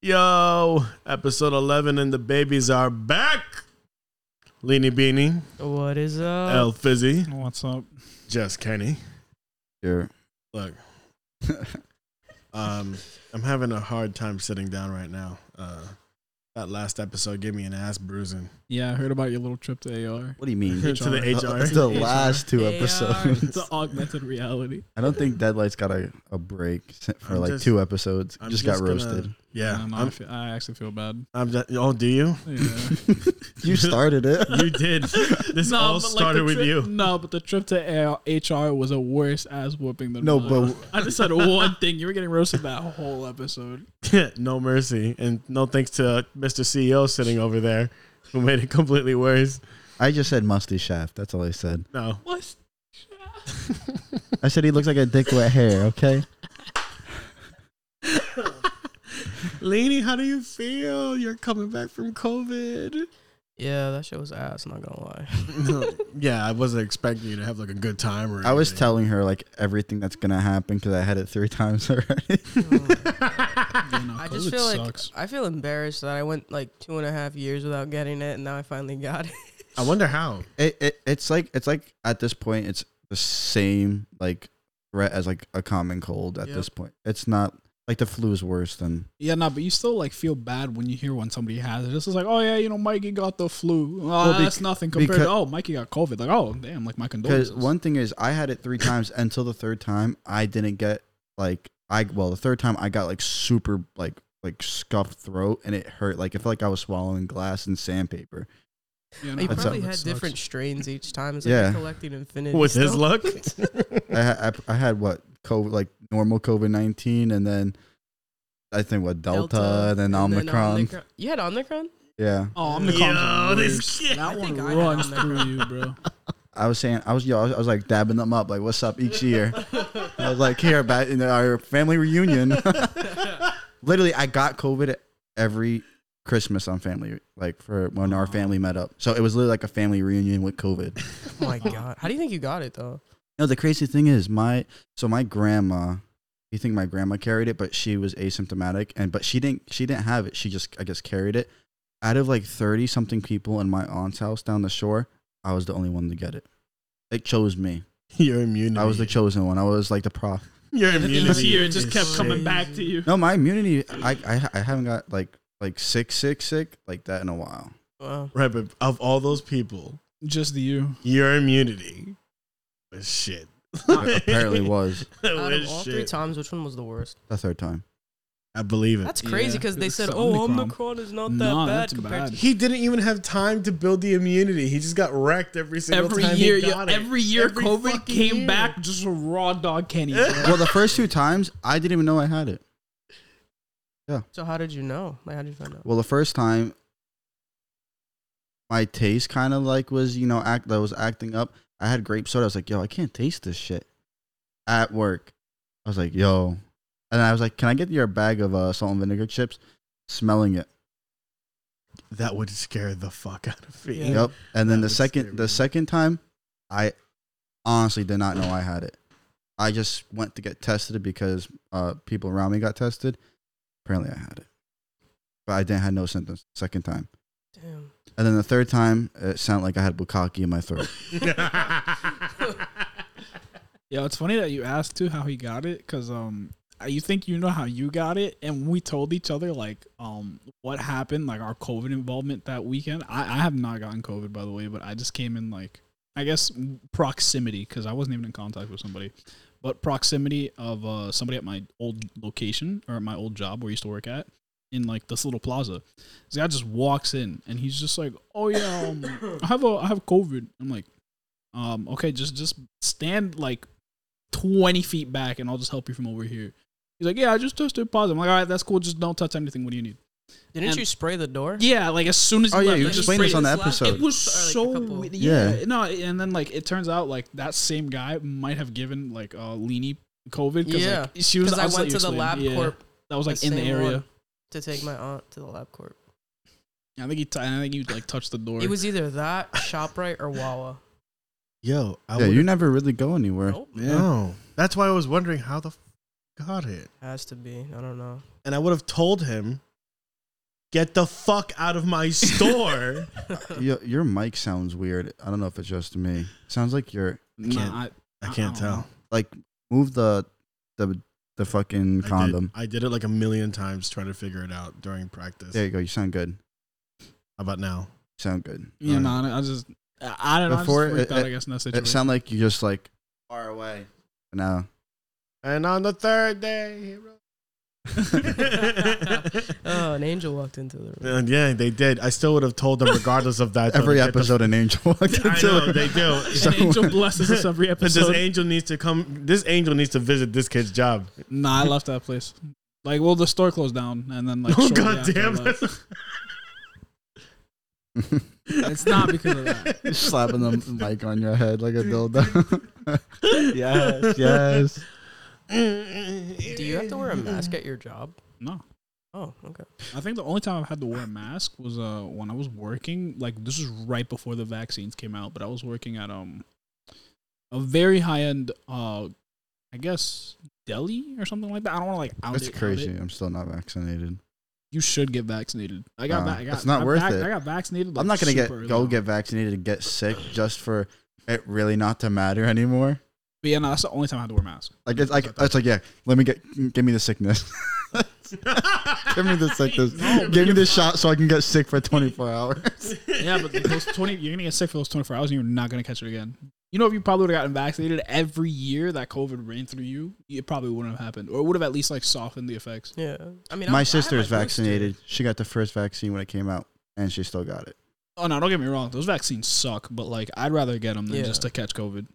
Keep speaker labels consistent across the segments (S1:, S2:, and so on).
S1: Yo, episode 11 and the babies are back. Leany Beanie,
S2: What is
S3: Uh.
S2: up?
S1: El Fizzy,
S3: What's up?
S1: Just Kenny.
S4: Sure.
S1: Look, um, I'm having a hard time sitting down right now. Uh, that last episode gave me an ass bruising.
S3: Yeah, I heard about your little trip to AR.
S4: What do you
S1: to
S4: mean?
S1: the
S4: It's
S1: HR.
S4: the last two
S2: They
S4: episodes.
S3: The augmented reality.
S4: I don't think Deadlight's got a, a break s- for
S1: I'm
S4: like
S1: just-
S4: two episodes.
S1: I'm
S4: just, got
S1: gonna-
S4: roasted.
S1: Yeah.
S3: No, no, I,
S1: I'm,
S3: feel, I actually feel bad.
S1: I'm just, oh, do you?
S3: Yeah.
S4: you started it.
S1: You did. This all
S3: but, like, the
S1: started with
S3: trip-
S1: you.
S3: No, but the trip to AR, HR was a worse ass whooping than
S4: No,
S3: mine.
S4: but
S3: I just said one thing. You were getting roasted that whole episode.
S1: no mercy. And no thanks to Mr. CEO sitting over there who made it completely worse.
S4: I just said musty shaft. That's all I said.
S1: No.
S3: What?
S4: I said he looks like a dick with hair. Okay.
S1: Lainey, how do you feel? You're coming back from COVID.
S2: yeah, that shit was ass. Not gonna lie.
S1: No, yeah, I wasn't expecting you to have like a good time. Or
S4: I was
S1: anything.
S4: telling her like everything that's gonna happen because I had it three times already.
S3: Yeah, no,
S2: I just
S3: COVID
S2: feel like
S3: Mm-hmm. sucks.
S2: I feel embarrassed that I went like two and a half years without getting it, and now I finally got it.
S1: I wonder how.
S4: it, it it's like it's like at this point it's the same like threat as like a common cold. At
S2: Yep.
S4: this point, it's not like the flu is worse than
S3: Yeah, no, but you still like feel bad when you hear when somebody has it. This is like, oh yeah, you know, Mikey got the flu. Oh,
S4: Well, bec-
S3: that's nothing compared
S4: because-
S3: to oh, Mikey got COVID. Like, oh damn, like my
S4: Because
S3: condolences.
S4: one thing is, I had it three times. until the third time, I didn't get like I well, the third time I got like super like like scuffed throat, and it hurt. Like it felt like I was swallowing glass and sandpaper.
S3: Yeah, no,
S2: You
S3: that
S4: That's
S2: probably
S3: sucks.
S2: had different strains each time. It's like
S4: Yeah.
S2: you're collecting infinity.
S1: With his luck?
S2: stuff.
S4: I, ha- I I had what COVID like normal COVID nineteen, and then I think what Delta, and then Omicron.
S2: You had Omicron.
S4: Yeah,
S3: Oh, I'm
S1: Yo, this kid.
S3: That
S2: I
S3: one
S2: think I had
S3: runs
S2: Omicron.
S3: through you, bro.
S4: I was saying I was yo, I was, I was like dabbing them up like what's up each year. I was like here about in our family reunion. Literally, I got COVID every Christmas on family like for when our family met up. So it was literally like a family reunion with COVID.
S2: Oh my god. How do you think you got it though?
S4: No, the crazy thing is my so my grandma. You think my grandma carried it, but she was asymptomatic, and but she didn't. She didn't have it. She just I guess carried it. Out of like thirty something people in my aunt's house down the shore, I was the only one to get it. It chose me.
S1: Your immunity.
S4: I was the chosen one. I was like the prof.
S1: Your immunity.
S3: Each year, it just
S1: is
S3: kept coming
S1: shit.
S3: back to you.
S4: No, my immunity. I I, I haven't got like like sick sick sick like that in a while.
S2: Wow.
S1: Right, but of all those people,
S3: Just you.
S1: your immunity was shit.
S4: Apparently was
S1: It
S2: Out
S1: was
S2: of all three
S1: shit.
S2: times, which one was the worst?
S4: the third time.
S1: I believe it.
S2: That's crazy
S3: Yeah,
S2: because they
S3: it's
S2: said,
S3: the
S2: "Oh,
S3: Omicron.
S2: Omicron is not that
S3: Nah,
S2: bad
S3: that's
S2: compared
S3: bad.
S2: to."
S1: He didn't even have time to build the immunity. He just got wrecked every single
S3: Every
S1: time
S3: year,
S1: he
S3: yeah,
S1: got it.
S3: every year,
S1: Every
S3: COVID
S1: fucking
S3: came
S1: year.
S3: back just a raw dog Kenny. bro.
S4: Well, the first two times I didn't even know I had it.
S2: So how did you know? Like, how did you find out?
S4: Well, the first time my taste kind of like was you know act that was acting up. I had grape soda. I was like, yo, I can't taste this shit. At work, I was like, yo, and I was like, can I get your bag of uh, salt and vinegar chips? Smelling it.
S1: That would scare the fuck out of me.
S2: Yeah.
S4: Yep. And then
S1: That
S4: the
S1: would scare
S4: second
S1: me.
S4: the second time, I honestly did not know I had it. I just went to get tested because uh, people around me got tested. Apparently, I had it, but I didn't have no symptoms the second time.
S2: Damn.
S4: And then the third time, it sounded like I had bukkake in my throat.
S3: Yeah, it's funny that you asked too how he got it because um, I- you think you know how you got it, and we told each other like um what happened, like our COVID involvement that weekend. I I have not gotten COVID by the way, but I just came in like I guess proximity because I wasn't even in contact with somebody, but proximity of uh somebody at my old location or at my old job where I used to work at in like this little plaza. This guy just walks in and he's just like, "Oh yeah, um, I have a I have COVID." I'm like, "Um, okay, just just stand like 20 feet back and I'll just help you from over here." He's like, "Yeah, I just tested positive." I'm like, "All right, that's cool. Just don't touch anything. What do you need?"
S2: Didn't
S3: And-
S2: you spray the door?
S3: Yeah, like as soon as
S4: Oh,
S3: he
S4: yeah,
S3: left,
S4: you
S3: I just
S4: explained this
S3: sprayed-
S4: on the
S3: It
S4: episode.
S2: Or,
S3: was
S2: like, a
S3: so
S2: couple-
S3: weird. yeah.
S4: Yeah.
S3: no, and then like it turns out like that same guy might have given like uh Leany COVID because
S2: Yeah,
S3: like, she was
S2: Because I
S3: I'll let
S2: went
S3: you
S2: to the
S3: explain.
S2: lab
S3: Yeah,
S2: corp
S3: that was like
S2: the
S3: in the
S2: same
S3: area.
S2: one. to take my aunt to the lab corp.
S3: I think he. T- I think he like touched the door.
S2: It was either that, Shoprite, or Wawa.
S1: Yo, I
S4: yeah,
S1: would
S4: you never really go anywhere.
S2: Nope,
S1: No. That's why I was wondering how the f- got it.
S2: has to be. I don't know.
S1: And I would have told him Get the fuck out of my store.
S4: Your, your mic sounds weird. I don't know if it's just me. sounds like you're
S1: can't-
S3: Nah, I-
S1: I can't
S3: I don't know.
S1: tell.
S4: like move the the the fucking
S1: I
S4: condom.
S1: Did, I did it like a million times trying to figure it out during practice.
S4: There you go. You sound good. You
S1: How about now?
S4: sound good.
S3: You
S4: All
S3: know,
S4: right.
S3: I just I I don't know.
S4: Before
S3: I just freaked
S4: it-
S3: out,
S4: it-
S3: I guess, in that
S4: it
S3: situation.
S4: sound like you just like far away. No.
S1: And on the third day, he rose.
S2: Oh, an angel walked into the room.
S1: And yeah, they did. I still would have told them, regardless of that. though,
S4: Every
S1: to get the
S4: episode, an angel walked
S1: f- I
S4: into
S1: know
S4: it.
S1: they do.
S3: An angel blesses us every
S1: But this
S3: episode.
S1: angel needs to come. This angel needs to visit this kid's job.
S3: Nah, I left that place. Like, well, the store closed down, and then like,
S1: oh
S3: shortly
S1: god
S3: after I
S1: damn!
S3: left. It's not because of that.
S4: Slapping the mic on your head like a dildo. yes, yes.
S2: Do you have to wear a mask at your job?
S3: No,
S2: Oh, okay.
S3: I think the only time I've had to wear a mask was uh when I was working. Like, this is right before the vaccines came out, but I was working at um a very high end uh I guess deli or something like that. I don't want to like out
S4: That's
S3: it, out it.
S4: crazy. I'm still not vaccinated.
S3: You should get vaccinated. I got.
S4: Uh,
S3: va- I got
S4: it's not
S3: I
S4: worth
S3: vac-
S4: it.
S3: I got vaccinated.
S4: I'm
S3: like,
S4: not gonna get
S3: super
S4: go
S3: early on.
S4: get vaccinated and get sick just for it really not to matter anymore.
S3: But yeah, no, that's the only time I had to wear a mask.
S4: Like it's like it's like yeah. Let me get give me the sickness. give me the sickness. give me the shot so I can get sick for 24 hours.
S3: Yeah, but those twenty, you're gonna get sick for those twenty four hours, and you're not gonna catch it again. You know, if you probably would have gotten vaccinated every year that COVID ran through you, it probably wouldn't have happened, or it would have at least like softened the effects.
S2: Yeah. I mean, I-
S4: my
S2: I had
S4: sister is
S2: booster.
S4: vaccinated. She got the first vaccine when it came out, and she still got it.
S3: Oh no, don't get me wrong, those vaccines suck, but like I'd rather get them than
S2: Yeah.
S3: just to catch COVID.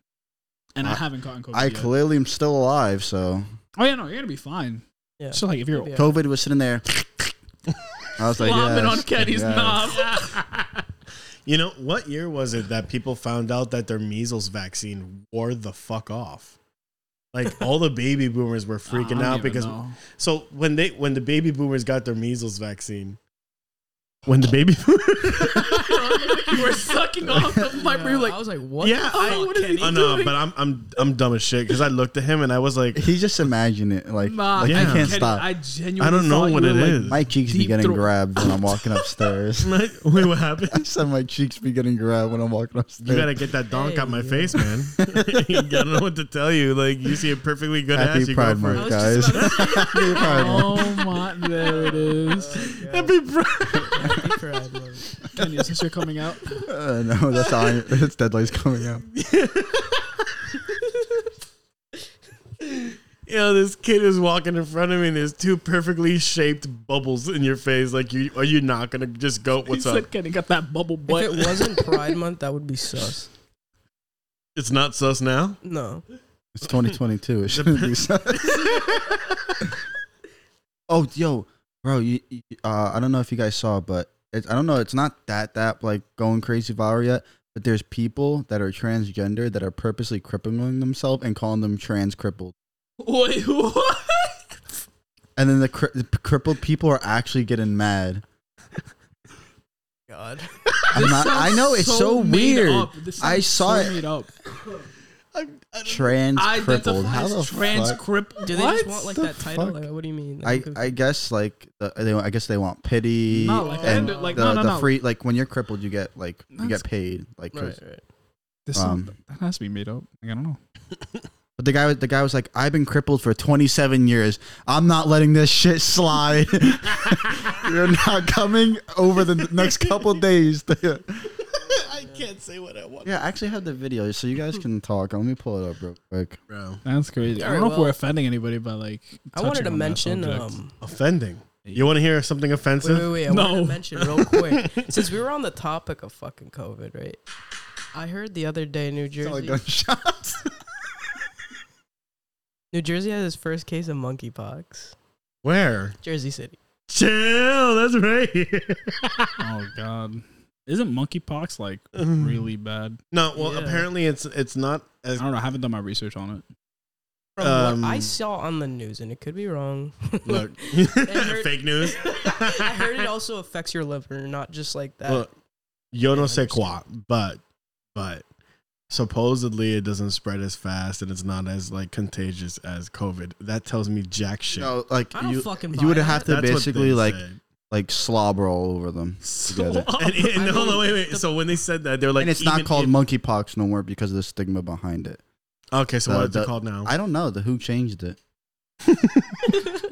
S3: And I,
S4: I-
S3: haven't gotten COVID.
S4: I
S3: yet.
S4: clearly am still alive, so
S3: oh yeah, no, you're gonna be fine.
S2: Yeah.
S3: So like if you're
S2: Yeah.
S4: COVID was sitting there. I was like,
S3: slobbing
S4: yes,
S3: on Kenny's
S4: yes.
S3: knob,
S1: You know what year was it that people found out that their measles vaccine wore the fuck off? Like all the baby boomers were
S3: I don't
S1: freaking out
S3: even
S1: because
S3: know.
S1: so when they when the baby boomers got their measles vaccine, when the baby
S3: you were sucking off the
S2: Yeah,
S3: mic. were you like,
S2: I was like, what?
S1: yeah,
S2: the
S1: I,
S2: fuck, Kenny?
S1: I know, but I'm I'm I'm dumb as shit because I looked at him and I was like,
S4: He just imagined it. Like,
S3: nah,
S4: like
S1: Yeah.
S4: I can't
S3: Kenny,
S4: stop.
S3: I genuinely.
S1: I don't know
S3: thought
S1: what
S3: you
S1: it
S3: were, like,
S1: is.
S4: my cheeks be
S3: Deep
S4: getting
S3: throat.
S4: grabbed when I'm walking upstairs.
S1: Wait, what happened?
S4: I said my cheeks be getting grabbed when I'm walking upstairs.
S1: You gotta get that donk out my
S2: Hey, yo.
S1: face, man. I don't know what to tell you. Like you see a perfectly good
S4: Happy
S1: ass, you
S4: Pride
S1: go for
S4: Month,
S1: it.
S4: guys. Happy Pride Month.
S3: Oh my, there it is.
S1: Happy Pride.
S3: Kenny, is this your coming out?
S4: Uh, no, that's how I, that's Deadlight's coming out.
S1: You know, this kid is walking in front of me, and there's two perfectly shaped bubbles in your face. Like you, are you not gonna just go? What's
S3: he
S1: up?
S3: Said Kenny got that bubble
S2: If
S3: butt.
S2: it wasn't Pride Month, that would be sus.
S1: It's not sus now.
S2: No.
S4: It's 2022. It shouldn't be so. oh, yo, bro. You, you- uh, I don't know if you guys saw, but it's, I don't know. It's not that that like going crazy viral yet. But there's people that are transgender that are purposely crippling themselves and calling them trans crippled.
S3: Wait, what?
S4: And then the, cri- the p- crippled people are actually getting mad.
S2: God.
S4: I'm not, I know it's so,
S3: made
S4: weird.
S3: up. This
S4: I
S3: sounds
S4: saw
S3: so
S4: it.
S3: Made up.
S4: Trans crippled.
S3: Identify
S4: How the
S3: as trans
S4: fuck?
S3: crippled.
S2: Do they
S3: what?
S2: just want like
S4: the
S2: that title?
S4: fuck?
S2: Like, what do you mean?
S4: I,
S2: Like, if-
S4: I guess like the, they I guess they want pity
S3: No, like,
S4: and
S3: and, like,
S4: the,
S3: no, no,
S4: the
S3: no.
S4: free like when you're crippled you get like you
S3: That's-
S4: get paid like 'cause-
S2: right, right.
S3: This
S4: Um,
S3: sound- that has to be made up. Like, I don't know.
S4: but the guy was- the guy was like I've been crippled for 27 years I'm not letting this shit slide you're not coming over the next couple days
S1: I can't say what I want,
S4: yeah I actually have the video so you guys can talk let me pull it up real quick
S1: bro.
S3: That's crazy. I
S2: Alright,
S3: don't know if we're
S2: well-
S3: offending anybody by like.
S2: I wanted to
S3: touching on that
S2: mention.
S3: subject.
S2: Um,
S1: Offending. You want to hear something
S2: wait,
S1: offensive?
S2: wait, wait. I wanted
S3: No.
S2: to mention real quick. since we were on the topic of fucking COVID, right? I heard the other day New
S4: Sound like
S2: Jersey.
S4: gunshots
S2: New Jersey has its first case of monkeypox.
S1: Where?
S2: Jersey City.
S1: Chill. That's right. here.
S3: oh god, Mm. isn't monkeypox like really bad?
S1: No. Well,
S2: Yeah.
S1: apparently it's it's not
S3: I
S1: as
S3: don't know. I haven't done my research on it.
S2: From
S1: Um,
S2: what I saw on the news, and it could be wrong.
S1: look
S2: heard-
S1: fake news.
S2: I heard it also affects your liver, not just like that.
S1: Look, yo no
S2: Yeah,
S1: sé
S2: understand.
S1: quoi, but but supposedly it doesn't spread as fast and it's not as like contagious as COVID. That tells me jack shit.
S4: no like
S2: I don't
S4: you
S2: fucking. Buy
S4: you would
S2: that.
S4: have to
S1: That's what they
S4: basically like
S1: said.
S4: like slobber all over them together.
S1: And, and,
S2: I
S1: no, no,
S2: mean,
S1: wait, wait. So when they said that, they're like,
S4: and it's
S1: even
S4: not called
S1: if-
S4: monkeypox no more because of the stigma behind it.
S1: okay, so
S4: the-
S1: what is
S4: the-
S1: it called now?
S4: I don't know the who changed it.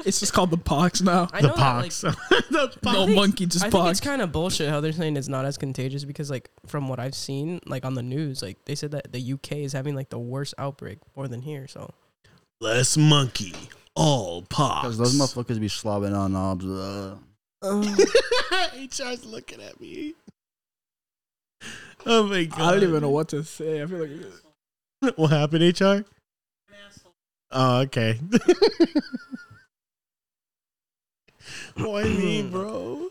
S3: It's just called the pox now.
S2: I
S1: the
S2: know that,
S1: pox. the pox.
S3: No
S2: think-
S3: monkey, just
S2: I think
S3: pox.
S2: it's kind of bullshit how they're saying it's not as contagious because, like, from what I've seen, like on the news, like they said that the UK is having like the worst outbreak more than here. So
S1: Less monkey, all pox.
S4: Because those motherfuckers be slobbing on knobs. Uh,
S1: Um, HR's looking at me. Oh my god!
S3: I don't even know what to say. I feel like
S1: what, happened. HR. Oh, okay. Why me, bro?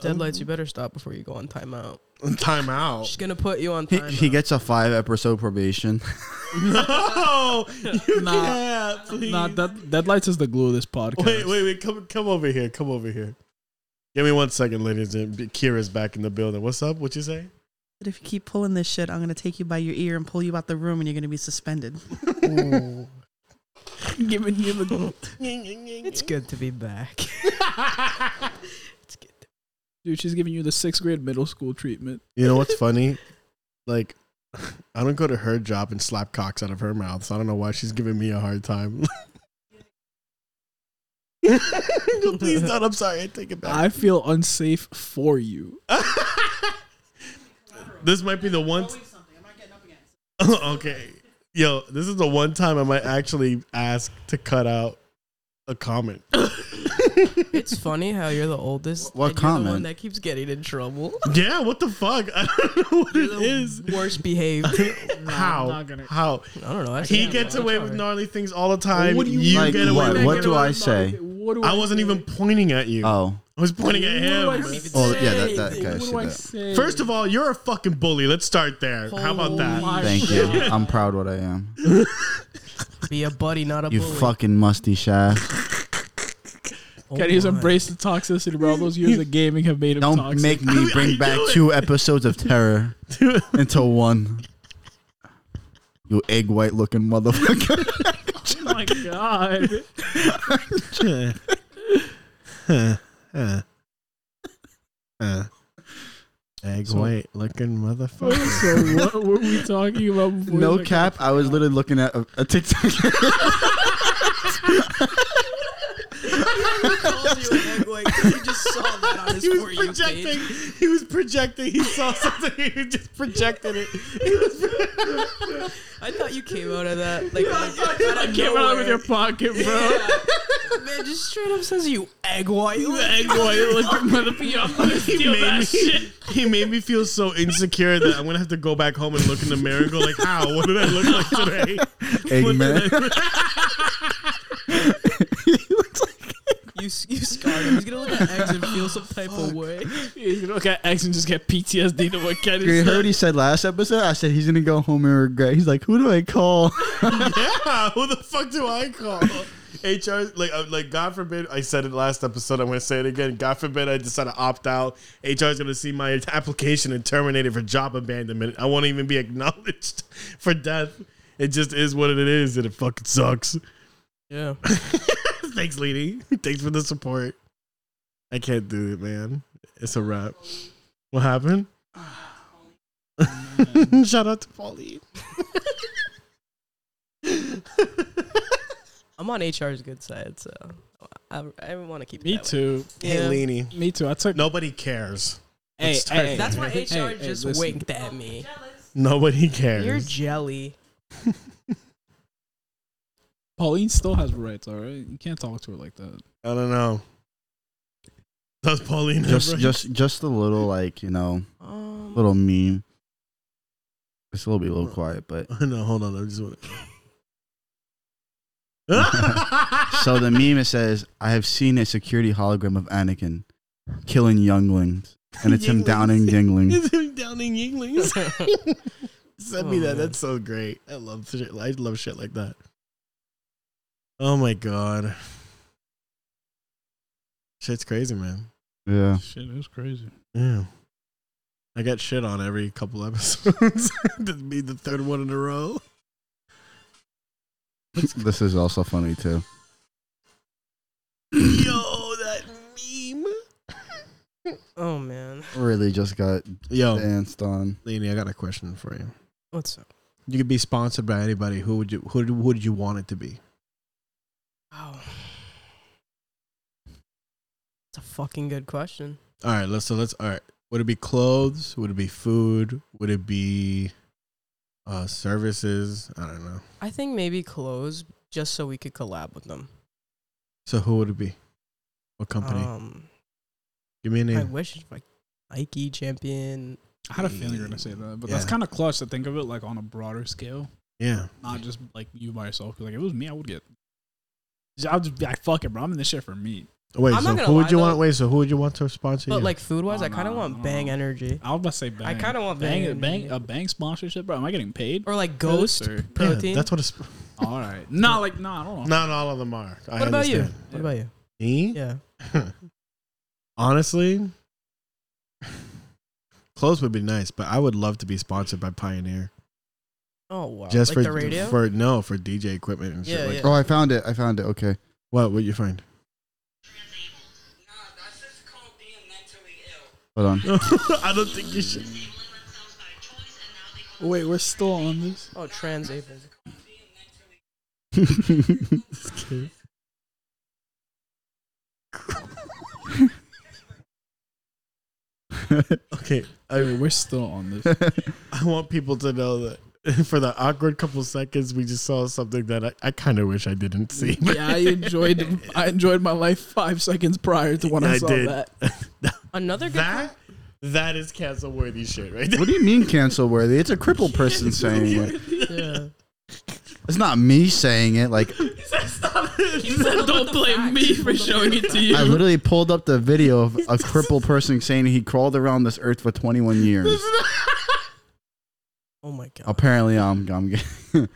S2: deadlights,
S1: um,
S2: you better stop before you go on timeout.
S1: Time out.
S2: She's gonna put you on
S4: he,
S2: timeout.
S4: he gets a five episode probation.
S1: No, you
S3: Nah.
S1: can't. Please.
S3: nah. That deadlights is the glue of this podcast.
S1: Wait, wait, wait. Come, come over here. Come over here. Give me one second, ladies. and Kira's back in the building. What's up? What you say?
S5: But if you keep pulling this shit, I'm gonna take you by your ear and pull you out the room, and you're gonna be suspended.
S3: Giving you the
S2: it's good to be back. it's good. To-
S3: dude. She's giving you the sixth grade middle school treatment.
S1: You know what's funny? Like, I don't go to her job and slap cocks out of her mouth, so I don't know why she's giving me a hard time. No, Please don't. I'm sorry. I take it back.
S3: I feel unsafe for you.
S1: this might be the one. okay. Yo, this is the one time I might actually ask to cut out a comment.
S2: it's funny how you're the oldest.
S4: What
S2: and you're the one
S4: comment?
S2: that keeps getting in trouble.
S1: yeah, what the fuck? I don't know what
S2: You're
S1: it
S2: the
S1: is.
S2: worst behaved.
S1: How?
S3: not gonna-
S1: How?
S2: I don't know. I
S1: He
S2: see
S1: gets
S2: that.
S1: away with gnarly things all the time.
S3: What do
S1: you
S3: you
S4: Like
S1: get away
S4: what?
S1: with
S4: What
S1: it.
S4: do I say?
S3: What do
S1: I wasn't
S3: say?
S1: even pointing at you.
S4: Oh,
S1: I was pointing at
S3: What
S1: him.
S3: do I say?
S4: Oh, yeah, that- that guy
S3: What
S4: said
S3: do I
S4: that.
S3: say?
S1: First of all, you're a fucking bully. Let's start there. How about that?
S2: Holy-
S4: thank you. I'm proud what I am.
S2: Be a buddy, not a
S4: You
S2: bully.
S4: fucking musty shaft.
S2: Oh
S3: Can he's
S2: my.
S3: embraced the toxicity, bro. Those years of gaming have made him
S4: Don't
S3: toxic.
S4: make me bring back two episodes of terror into one. You egg white looking motherfucker.
S3: oh my god.
S1: Egg
S4: So-
S1: white looking
S3: so
S1: motherfucker.
S3: what were we talking about before?
S4: No
S3: Like,
S4: cap. I was literally looking at a, a TikTok.
S1: He was projecting. He was projecting. He saw something. He just projected it. He was
S2: I thought you came out of that. Like,
S3: I came out of your pocket, bro.
S2: man just straight up says you egg white.
S3: Egg white looking motherfucker. I'm gonna
S1: he
S3: steal
S1: made
S3: that
S1: me.
S3: shit.
S1: He made me feel so insecure that I'm gonna have to go back home and look in the mirror and go like, "How? What did I look like today?"
S4: Eggman.
S2: You, you scarred him. He's gonna look at eggs and feel some type of way.
S3: He's gonna look at X and just get PTSD to what Ken
S4: You
S3: is.
S4: heard he said last episode. I said he's gonna go home and regret. He's like, who do I call?
S1: yeah. Who the fuck do I call? HR like uh, like God forbid I said it last episode. I'm gonna say it again. God forbid I decide to opt out. HR is gonna see my application and terminate it for job abandonment. I won't even be acknowledged for death. It just is what it is, and it fucking sucks.
S2: Yeah.
S1: Thanks, lady. Thanks for the support. I can't do it, man. It's a wrap. What happened? Shout out to Paulie.
S2: I'm on HR's good side, so I, I want to keep it
S3: Me
S2: that way.
S3: too.
S2: Yeah.
S1: Laney.
S3: Me too. I took.
S1: Nobody cares.
S3: hey,
S1: let's
S3: hey,
S1: turn.
S2: That's why
S3: hey,
S2: HR
S3: hey,
S2: just
S3: listen.
S2: winked at me.
S1: Nobody
S2: You're
S1: cares.
S2: jelly.
S3: Pauline still has rights. All right, you can't talk to her like that.
S1: I don't know. Does Pauline have
S4: just,
S1: rights?
S4: just, just a little like you know,
S2: Um,
S4: little meme. It's a little bit a little quiet, but
S1: no, hold on. I just want
S4: so the meme it says, "I have seen a security hologram of Anakin killing younglings, and it's him downing Yinglings."
S1: It's him downing Yinglings. Send me
S2: Oh,
S1: that.
S2: man.
S1: That's so great. I love shit. I love shit like that. Oh my god, shit's crazy, man.
S4: Yeah,
S3: Shit, that's crazy.
S1: Yeah, I get shit on every couple episodes. That'd be the third one in a row.
S4: this is also funny too.
S1: Yo, that meme.
S2: Oh man,
S4: Really just got
S1: Yo,
S4: danced on.
S1: Lainey, I got a question for you.
S2: what's up?
S1: You could be sponsored by anybody. Who would you? Who would- who would you want it to be?
S2: Oh, it's a fucking good question.
S1: All right, let's so let's all right. Would it be clothes? Would it be food? Would it be uh services? I don't know.
S2: I think maybe clothes, just so we could collab with them.
S1: So who would it be? What company?
S2: Um,
S1: Give me a
S2: I
S1: name.
S2: wish like Nike champion.
S3: I had a feeling you were gonna say that, but that's
S1: Mm. Yeah.
S3: kind of clutch to think of it like on a broader scale,
S1: yeah.
S3: not just like you by yourself. 'Cause, Like if it was me, I would get. I would just be like, "Fuck it, bro! I'm in this shit for me."
S1: Wait.
S2: I'm not
S1: so
S2: gonna
S1: who would
S2: lie,
S1: you want?
S2: though.
S1: Wait. So who would you want to sponsor
S2: But
S1: you?
S2: like food wise,
S3: Oh,
S2: I kind of
S3: no,
S2: want
S3: no,
S2: Bang
S3: no.
S2: Energy
S3: I was about to say, bang.
S2: I kinda want
S3: bang,
S2: Bang.
S3: bang, a bang sponsorship, bro. Am I getting paid?
S2: or like
S3: for this,
S2: Ghost
S3: or-
S1: Yeah,
S2: Protein.
S1: that's what it's.
S3: All right. No, like no, I don't know.
S1: Not all of them are. I
S2: What about you?
S1: understand.
S2: What about you?
S1: Me?
S2: Yeah.
S1: Honestly, clothes would be nice, but I would love to be sponsored by Pioneer.
S2: Oh wow.
S1: Just
S2: like
S1: for
S2: the radio.
S1: for no for DJ equipment and shit.
S2: Yeah,
S1: like,
S2: yeah.
S4: Oh, I found it. I found it. Okay.
S1: What would you find?
S6: Nah, that's just called being mentally ill.
S4: Hold on.
S1: I don't think you should.
S6: Labeling themselves by choice, and now they call
S3: Wait, we're still on this.
S2: oh, trans apes.
S6: being mentally
S1: Okay,
S3: Wait, we're still on this.
S1: I want people to know that for the awkward couple seconds, we just saw something that I, I kind of wish I didn't see.
S3: yeah, I enjoyed. I enjoyed my life five seconds prior to when I,
S1: I
S3: saw
S1: did.
S3: that.
S2: Another good.
S1: that that is cancel worthy shit right there.
S4: what do you mean cancel worthy? It's a crippled person saying it.
S2: yeah.
S4: It's not me saying it. Like
S3: Don't blame me for showing it to
S4: I
S3: you.
S4: literally pulled up the video of a crippled person saying he crawled around this earth for 21 years.
S2: Oh my god.
S4: Apparently, I'm. I'm g-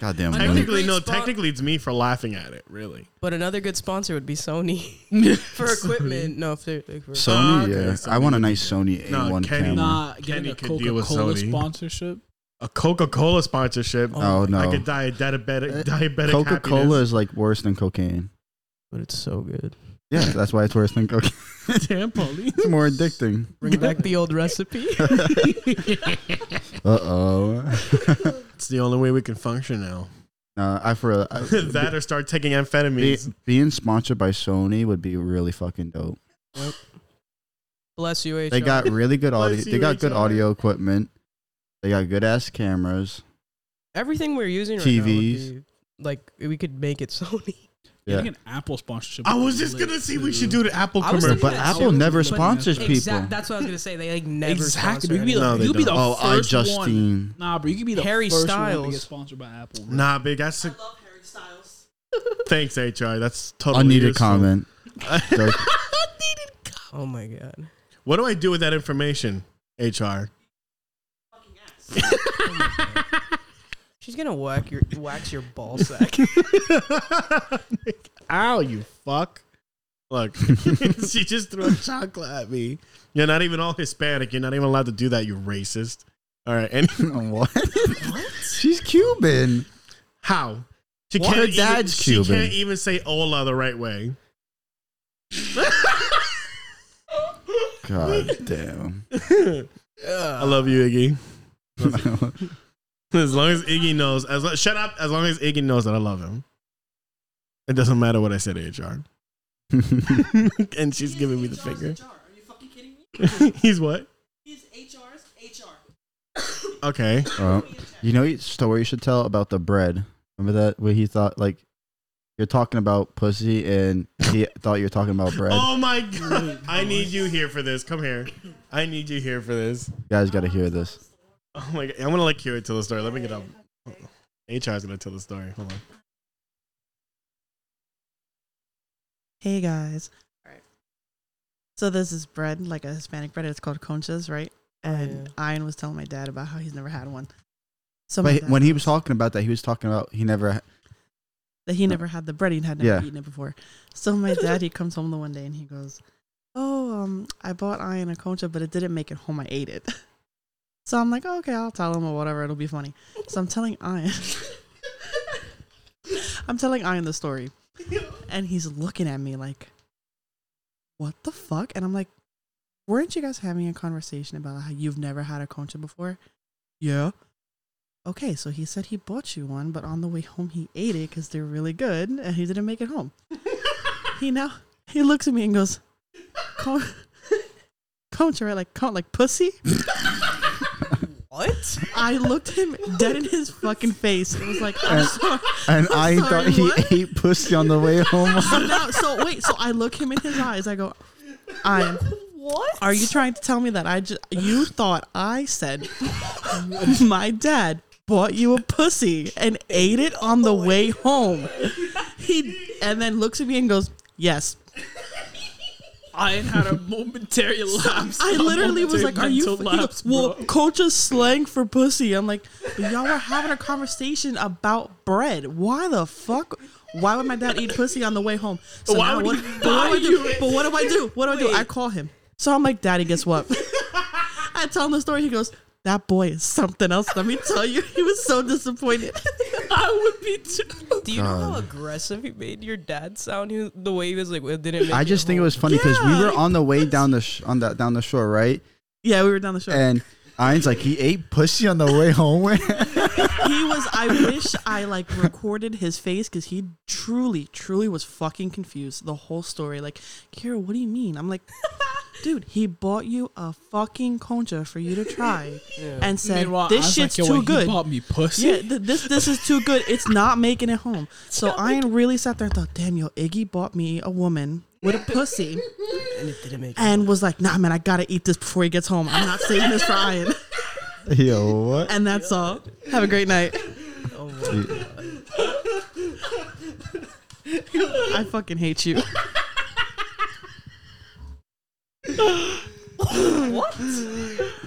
S4: Goddamn.
S2: I think-
S4: Link.
S1: Technically, no.
S2: Great spot.
S1: Technically, it's me for laughing at it. Really.
S2: But another good sponsor would be Sony for equipment. No, if they're, like, for,
S4: Sony,
S1: Ah, okay,
S4: yeah.
S1: Sony
S4: I want a
S1: would be
S4: nice Sony
S1: No,
S4: A1
S1: Kenny-
S4: camera.
S3: Nah,
S1: Kenny
S3: getting a
S1: could deal
S3: Coca
S1: with
S3: Cola
S1: Sony.
S3: sponsorship.
S1: A Coca Cola sponsorship.
S4: Oh, no. Uh,
S1: I could die a diabetic. Diabetic.
S4: Coca Cola
S1: happiness.
S4: is like worse than cocaine.
S2: but it's so good.
S4: Yeah, that's why it's worse than cocaine.
S3: Damn, Pauline.
S4: It's more addicting.
S2: Bring back the old recipe.
S4: Uh oh.
S1: It's the only way we can function now.
S4: No, I for real. I,
S1: that or start taking
S4: be,
S1: amphetamines.
S4: being sponsored by Sony would be really fucking dope.
S2: Bless you, HR.
S4: They got really good
S1: Bless
S4: audio.
S1: you,
S4: They got good
S1: HR.
S4: audio equipment. They got good ass cameras.
S2: everything we're using right
S4: TVs.
S2: now. Would be, like we could make it Sony.
S4: Yeah.
S3: Getting an Apple sponsorship.
S1: I
S3: would
S1: was
S3: be
S1: just
S3: lit,
S1: gonna see we
S3: too.
S1: should do the Apple
S2: I was
S1: commercial.
S4: But
S2: thinking that
S4: Apple
S2: too.
S4: never
S3: But-
S4: sponsors people.
S2: Exact, that's what I was gonna say. They like never
S3: Exactly.
S2: sponsor
S3: You'd be
S1: No,
S3: the,
S1: they
S3: you'd be the
S1: don't.
S4: oh, I
S3: first one.
S4: Justine.
S3: Nah, bro, you could be the
S2: Harry
S3: first one to get
S2: Styles.
S3: sponsored by Apple. Bro.
S1: Nah, big. That's
S6: I love Harry Styles.
S1: thanks, HR. That's totally
S4: Unneeded
S1: useful.
S4: comment. Doug,
S2: anything. Oh my god.
S1: What do I do with that information, HR?
S6: Fucking ass.
S2: She's gonna whack your wax your ball sack.
S1: Ow, you fuck. Look, she just threw a chocolate at me. You're not even all Hispanic. You're not even allowed to do that, you racist. All right. And
S4: what? She's Cuban.
S1: how? She
S4: What? Her dad's
S1: even,
S4: Cuban.
S1: She can't even say hola the right way.
S4: God damn.
S1: I love you, Iggy.
S4: That's
S1: As long as Iggy knows, as lo- shut up. As long as Iggy knows that I love him, it doesn't matter what I said to HR. and she's
S6: He
S1: giving me
S6: is
S1: the
S6: HR's
S1: finger.
S6: HR. Are you fucking kidding me?
S1: He's what?
S6: He's HR's HR.
S1: Okay.
S4: Well, Um, you know what story you should tell about the bread? Remember that where he thought like you're talking about pussy and he thought you were talking about bread.
S1: Oh my god! I need you here for this. Come here. I need you here for this.
S4: You guys got to hear this.
S1: Oh my god! I'm gonna let Kira tell the story. Let me get up. HR is gonna tell the story. Hold on.
S5: Hey guys. All right. So this is bread, like a Hispanic bread. It's called conchas, right? And
S2: yeah.
S5: Ian was telling my dad about how he's never had one. So my
S4: But
S5: dad
S4: when he was
S5: goes
S4: talking about that, he was talking about he never.
S5: that he never had the bread, he had never
S4: Yeah.
S5: eaten it before. So my dad he comes home the one day and he goes, "Oh, um, I bought Ian a concha, but it didn't make it home. I ate it." So I'm like, oh, "Okay, I'll tell him or whatever. It'll be funny." So I'm telling Ian. I'm telling Ian the story. And he's looking at me like, what the fuck? And I'm like, weren't you guys having a conversation about how you've never had a concha before? Yeah. Okay, so he said he bought you one, but on the way home he ate it because they're really good, and he didn't make it home. he now he looks at me and goes, "Con- "Concha, right? Like con- like pussy."
S2: What?
S5: I looked him dead in his fucking face. It was like, I'm
S4: And-
S5: sorry.
S4: And
S5: I'm
S4: i
S5: sorry,
S4: thought he
S5: what?
S4: ate pussy on the way home.
S5: So now, so wait, so I look him in his eyes. I go, I am.
S2: What?
S5: Are you trying to tell me that I just you thought I said my dad bought you a pussy and ate it on the way home? He and then looks at me and goes, "Yes."
S3: I had a momentary lapse.
S5: I
S3: A
S5: literally was
S3: momentary
S5: like, "Are you?"
S3: mental
S5: he
S3: lapse,
S5: goes, well,
S3: bro.
S5: culture slang for pussy. I'm like, but y'all were having a conversation about bread. Why the fuck? Why would my dad eat pussy on the way home? So
S3: Why
S5: now
S3: would
S5: what,
S3: he
S5: but what do I
S3: buy
S5: do?
S3: you it?
S5: But what do I do? What do I do? I call him. So I'm like, Daddy, guess what? I tell him the story. He goes, That boy is something else. Let me tell you, he was so disappointed.
S3: I would be too.
S2: Do you know how
S4: God.
S2: aggressive he made your dad sound? He, was- the way he was like, well, didn't. Make
S4: I just think it was funny because we
S5: Yeah.
S4: were on the way down the sh- on the down the shore, right?
S5: yeah, we were down the show.
S4: And Ian's like he ate pussy on the way home.
S5: he was i wish i like recorded his face because he truly truly was fucking confused the whole story like kira what do you mean i'm like dude he bought you a fucking concha for you to try and said
S3: Meanwhile, I
S5: this
S3: was
S5: shit's
S3: like, yo,
S5: too
S3: he
S5: good
S3: Bought me pussy.
S5: yeah, th- this this is too good. It's not making it home. So I ain't really sat there and thought, damn, yo, Iggy bought me a woman with a pussy
S2: And it didn't make.
S5: and was like, nah, man, I gotta eat this before he gets home. I'm not saving this for Ian.
S4: Yo, what?
S5: And that's all. Have a great night.
S2: Oh my
S5: I fucking hate you.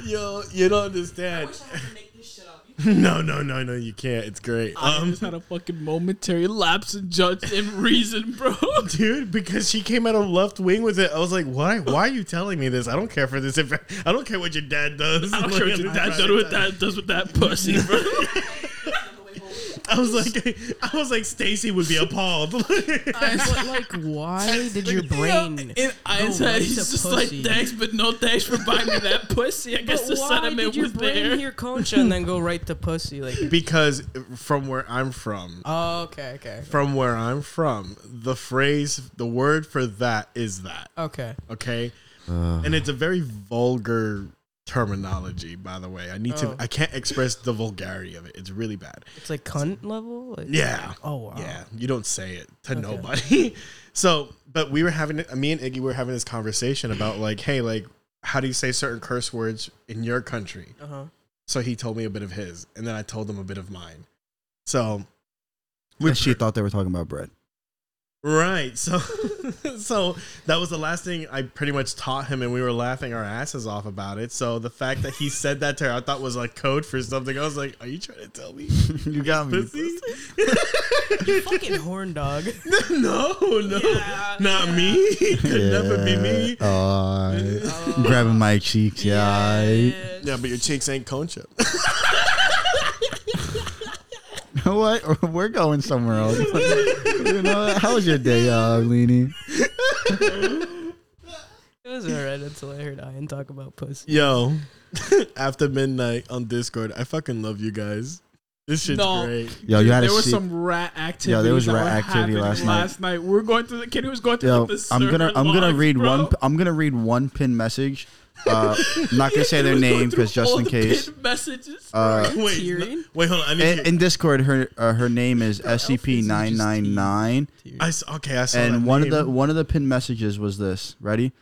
S1: Yo, you don't
S6: I
S1: understand.
S6: wish I had to make this shit up. You
S1: No, no, no, no, you can't. It's great.
S3: I
S1: Um,
S3: just had a fucking momentary lapse in judge and reason, bro.
S1: dude, because she came out of left wing with it. I was like, why? Why are you telling me this? I don't care for this. If I don't care what your dad does.
S3: I don't care what your dad does with that does with that pussy, bro.
S6: on the way home.
S1: I was like, I was like, Stacy would be appalled.
S2: But like, why did your brain?
S3: In hindsight,
S2: likes
S3: he's
S2: a
S3: just
S2: pussy?
S3: like, thanks, but no thanks for buying me that pussy. I guess
S2: But
S3: the
S2: why did
S3: sentiment
S2: your
S3: was
S2: brain
S3: there.
S2: hear concha and then go right to pussy? Like,
S1: because from where I'm from,
S2: oh, okay, okay,
S1: from where I'm from, the phrase, the word for that is that.
S2: okay.
S1: okay and it's a very vulgar terminology by the way i need
S2: Oh.
S1: to i can't express the vulgarity of it it's really bad
S2: It's like cunt level. Like,
S1: yeah
S2: Oh wow.
S1: yeah you don't say it to nobody so but we were having me and iggy were having this conversation about like hey like how do you say certain curse words in your country
S2: Uh huh.
S1: so he told me a bit of his and then i told him a bit of mine so
S4: And she thought they were talking about bread.
S1: Right. So so that was the last thing I pretty much taught him and we were laughing our asses off about it. So the fact that he said that to her I thought was like code for something. I was like, Are you trying to tell me?
S4: you got
S1: Pussy?
S2: Fucking horn dog.
S1: no, no. Not me. Could never be me.
S4: Oh. grabbing my cheeks. Yeah.
S1: Yeah, but your cheeks ain't concha.
S4: what? We're going somewhere else. you know, how was your day, uh, Lini?
S2: It was alright until I heard Ian talk about pussy.
S1: Yo. After midnight on Discord, I fucking love you guys. This shit's
S3: No.
S1: great.
S4: Yo, you had
S3: there
S4: to
S3: was
S4: see.
S3: some rat activity.
S4: Yeah, there was
S3: that
S4: rat
S3: were
S4: activity
S3: happening
S4: last night.
S3: last night. We're going to the kid was going to
S4: Yo,
S3: the server
S4: I'm gonna I'm gonna
S3: logs,
S4: read
S3: bro.
S4: one. I'm gonna read one pin message. Uh, I'm not gonna say
S3: He
S4: their
S3: was going
S4: name because
S3: through
S4: just
S3: all
S4: in
S3: the
S4: case.
S3: pinned messages.
S4: Uh,
S1: Wait,
S2: Tearing?
S1: wait, hold on. I need
S4: in,
S1: to-
S4: in Discord, her uh, her name is
S2: is
S4: SCP nine nine nine,
S1: I s- okay, I saw
S4: and
S1: that
S4: one
S1: name.
S4: of the one of the pin messages was this. Ready?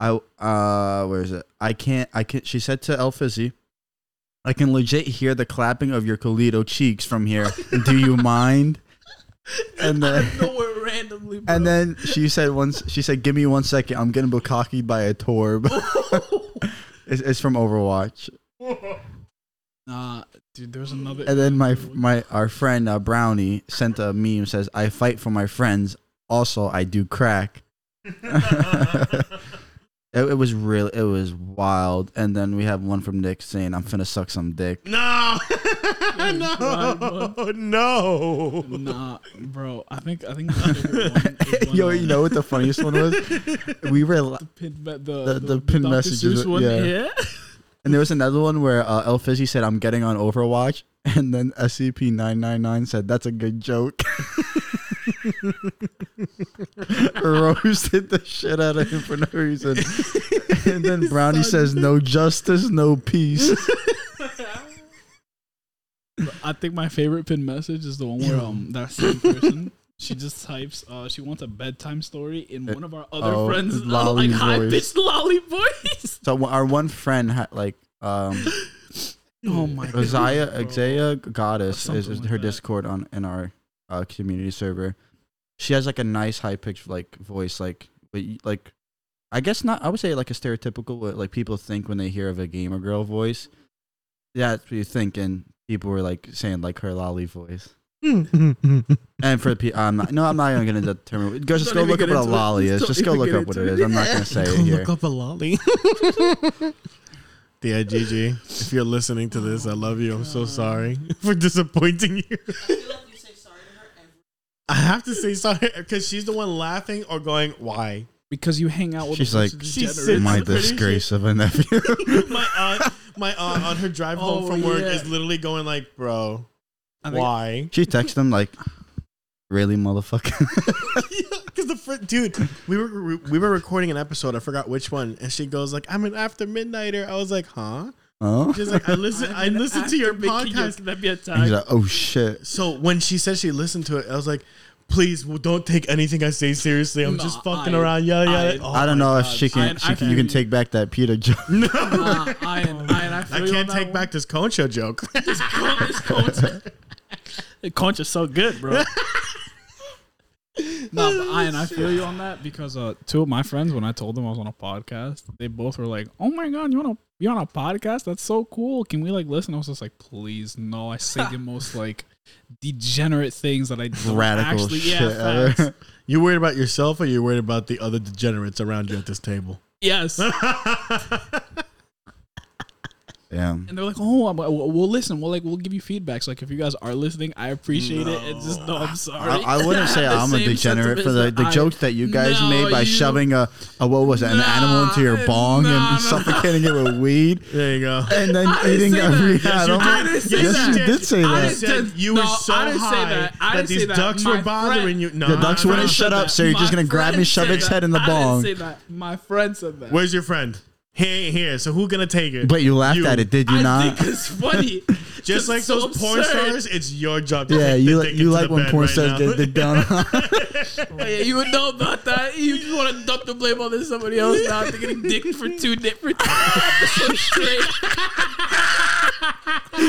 S4: I uh, where is it? I can't. I can't. She said to El Fizzy, "I can legit hear the clapping of your Colito cheeks from here. Do you mind?" And
S3: Out
S4: then.
S3: of nowhere randomly. Bro.
S4: And then she said once she said, "Give me one second. I'm getting bukkake by a torb." it's, it's from Overwatch.
S3: nah, dude, there was another.
S4: And then my my our friend uh, Brownie sent a meme says, "I fight for my friends. Also, I do crack." It, it was real. It was wild. And then we have one from Nick saying, "I'm finna suck some dick."
S1: No,
S3: God,
S1: no,
S3: what?
S1: no.
S3: Nah, bro. I think I think my favorite one is when,
S4: Yo,
S3: um,
S4: you know what the funniest one was? We were, li-
S3: pin, me- the,
S4: the pin
S3: Dr.
S4: messages,
S3: Seuss one.
S4: yeah.
S3: Yeah.
S4: and there was another one where uh, El Fizzy said, "I'm getting on Overwatch," and then SCP-999 said, "That's a good joke." Roasted the shit out of him for no reason. And then Brownie says, "No justice, no peace."
S3: I think my favorite pin message is the one where um that same person. She just types. Uh, she wants a bedtime story in one of our other
S4: oh,
S3: friends. uh,
S4: lolly
S3: like high
S4: voice.
S3: pitched lolly voice.
S4: So our one friend had like um
S3: Oh my god.
S4: Isaiah Isaiah Goddess
S3: Or
S4: is,
S3: oh, something
S4: is
S3: like
S4: her
S3: that.
S4: Discord on in our uh, community server. She has like a nice high pitched like voice, like but you- like I guess not. I would say like a stereotypical what like people think when they hear of a gamer girl voice. Yeah, that's what you think, and people were like saying like her lolly voice. And for the pe- I'm not no, I'm not even gonna determine. Go, just
S3: Don't
S4: go
S3: even
S4: look up
S3: get
S4: what a
S3: into it.
S4: lolly is.
S3: Don't
S4: Just go
S3: even
S4: look
S3: get
S4: up what
S3: into
S4: it is. I'm not gonna say it
S1: Go
S4: here.
S1: look up a lolly. Dear GG, if you're listening to this, I love you. I'm so sorry for disappointing you.
S6: I feel like you say sorry to her every
S1: I have to say sorry because she's the one laughing or going, "Why?"
S3: Because you hang out with.
S4: She's
S3: a bunch
S4: like,
S3: of
S1: She
S3: degenerates.
S1: sits-
S4: My
S1: It's pretty
S4: disgrace of a nephew.
S1: My aunt, my aunt on her drive home
S3: Oh,
S1: from work
S3: yeah.
S1: is literally going like, "Bro,
S3: I think-
S1: why?"
S4: She texted him like, "Really, motherfucker."
S1: Because the fr- dude, we were we were recording an episode. I forgot which one, and she goes like, "I'm an after midnighter." I was like, "Huh?"
S4: Huh?
S1: She's like, "I listen, I
S3: I'm an
S1: listen to your
S3: actor making your-
S1: podcast."
S3: Can that be a
S4: And
S3: tag?
S4: he's like, "Oh shit."
S1: So when she said she listened to it, I was like, "Please, well, don't take anything I say seriously. I'm
S3: Nah,
S1: just fucking
S3: I-
S1: around." Yada
S3: I-
S1: yada. Oh,
S4: I don't know if
S3: God.
S4: she can.
S3: I-
S4: she
S3: I
S4: can you can
S3: feel
S4: take back that Peter joke.
S3: Nah, Ian, Ian, I,
S1: I
S3: feel you on
S1: can't
S3: that
S1: take
S3: one.
S1: back this concho joke.
S3: This conch- The conch is so good, bro. no, but I and I feel you on that because uh, two of my friends, when I told them I was on a podcast, they both were like, "Oh my god, you on a you on a podcast? That's so cool! Can we like listen?" I was just like, "Please, no! I say the most like degenerate things that I don't
S4: Radical
S3: actually,
S4: shit
S3: yeah,
S4: ever.
S3: facts.
S1: you worried about yourself, or you worried about the other degenerates around you at this table?
S3: yes."
S4: Damn.
S3: And they're like, "Oh, I'm, we'll we'll listen. We'll like, we'll give you feedback. So like, if you guys are listening, I appreciate it. And just no, I'm
S4: I,
S3: sorry.
S4: I wouldn't say
S3: The
S4: I'm a
S3: same
S4: degenerate for the,
S3: sentiments
S4: the
S3: that I-
S4: jokes that you guys
S3: No,
S4: made by
S3: you-
S4: shoving a, a what was it an animal into your
S3: Nah,
S4: bong
S3: nah, nah.
S4: and suffocating it with weed
S1: There you go.
S4: and then
S3: I didn't
S4: eating
S3: say
S4: a
S3: that.
S4: real
S3: Yes, you
S4: animal.
S3: did. I didn't say
S4: yes,
S3: that.
S4: you did say
S3: I
S4: that.
S3: didn't-
S1: said you were
S3: No,
S1: so
S3: I didn't say
S1: high
S3: that. I didn't
S1: these
S3: say that.
S1: ducks
S3: My
S1: were bothering
S3: friend-
S1: you. No,
S4: The ducks
S1: no,
S4: wouldn't
S1: no.
S4: shut up, so you're just
S3: My
S4: gonna grab me,
S3: friend
S4: shove
S3: said
S4: its
S3: that.
S4: head in the
S3: I
S4: bong.
S3: Didn't say that. My friend said that.
S1: Where's your friend? He ain't here. So who gonna take it?
S4: But you laughed
S1: You.
S4: at it, did you
S3: I
S4: not?
S3: think it's funny.
S1: Just
S3: It's
S1: like
S3: so
S1: those porn
S3: absurd.
S1: stars, it's your job. To
S4: Yeah,
S1: take
S4: you
S1: the
S4: like
S1: dick
S4: you
S1: into
S4: like
S1: the
S4: when
S1: bed
S4: porn
S1: right
S4: stars
S1: now.
S4: get dick down. Oh,
S3: Yeah, you would know about that. You just want to dump the blame on somebody else now after getting dicked for two different episodes straight.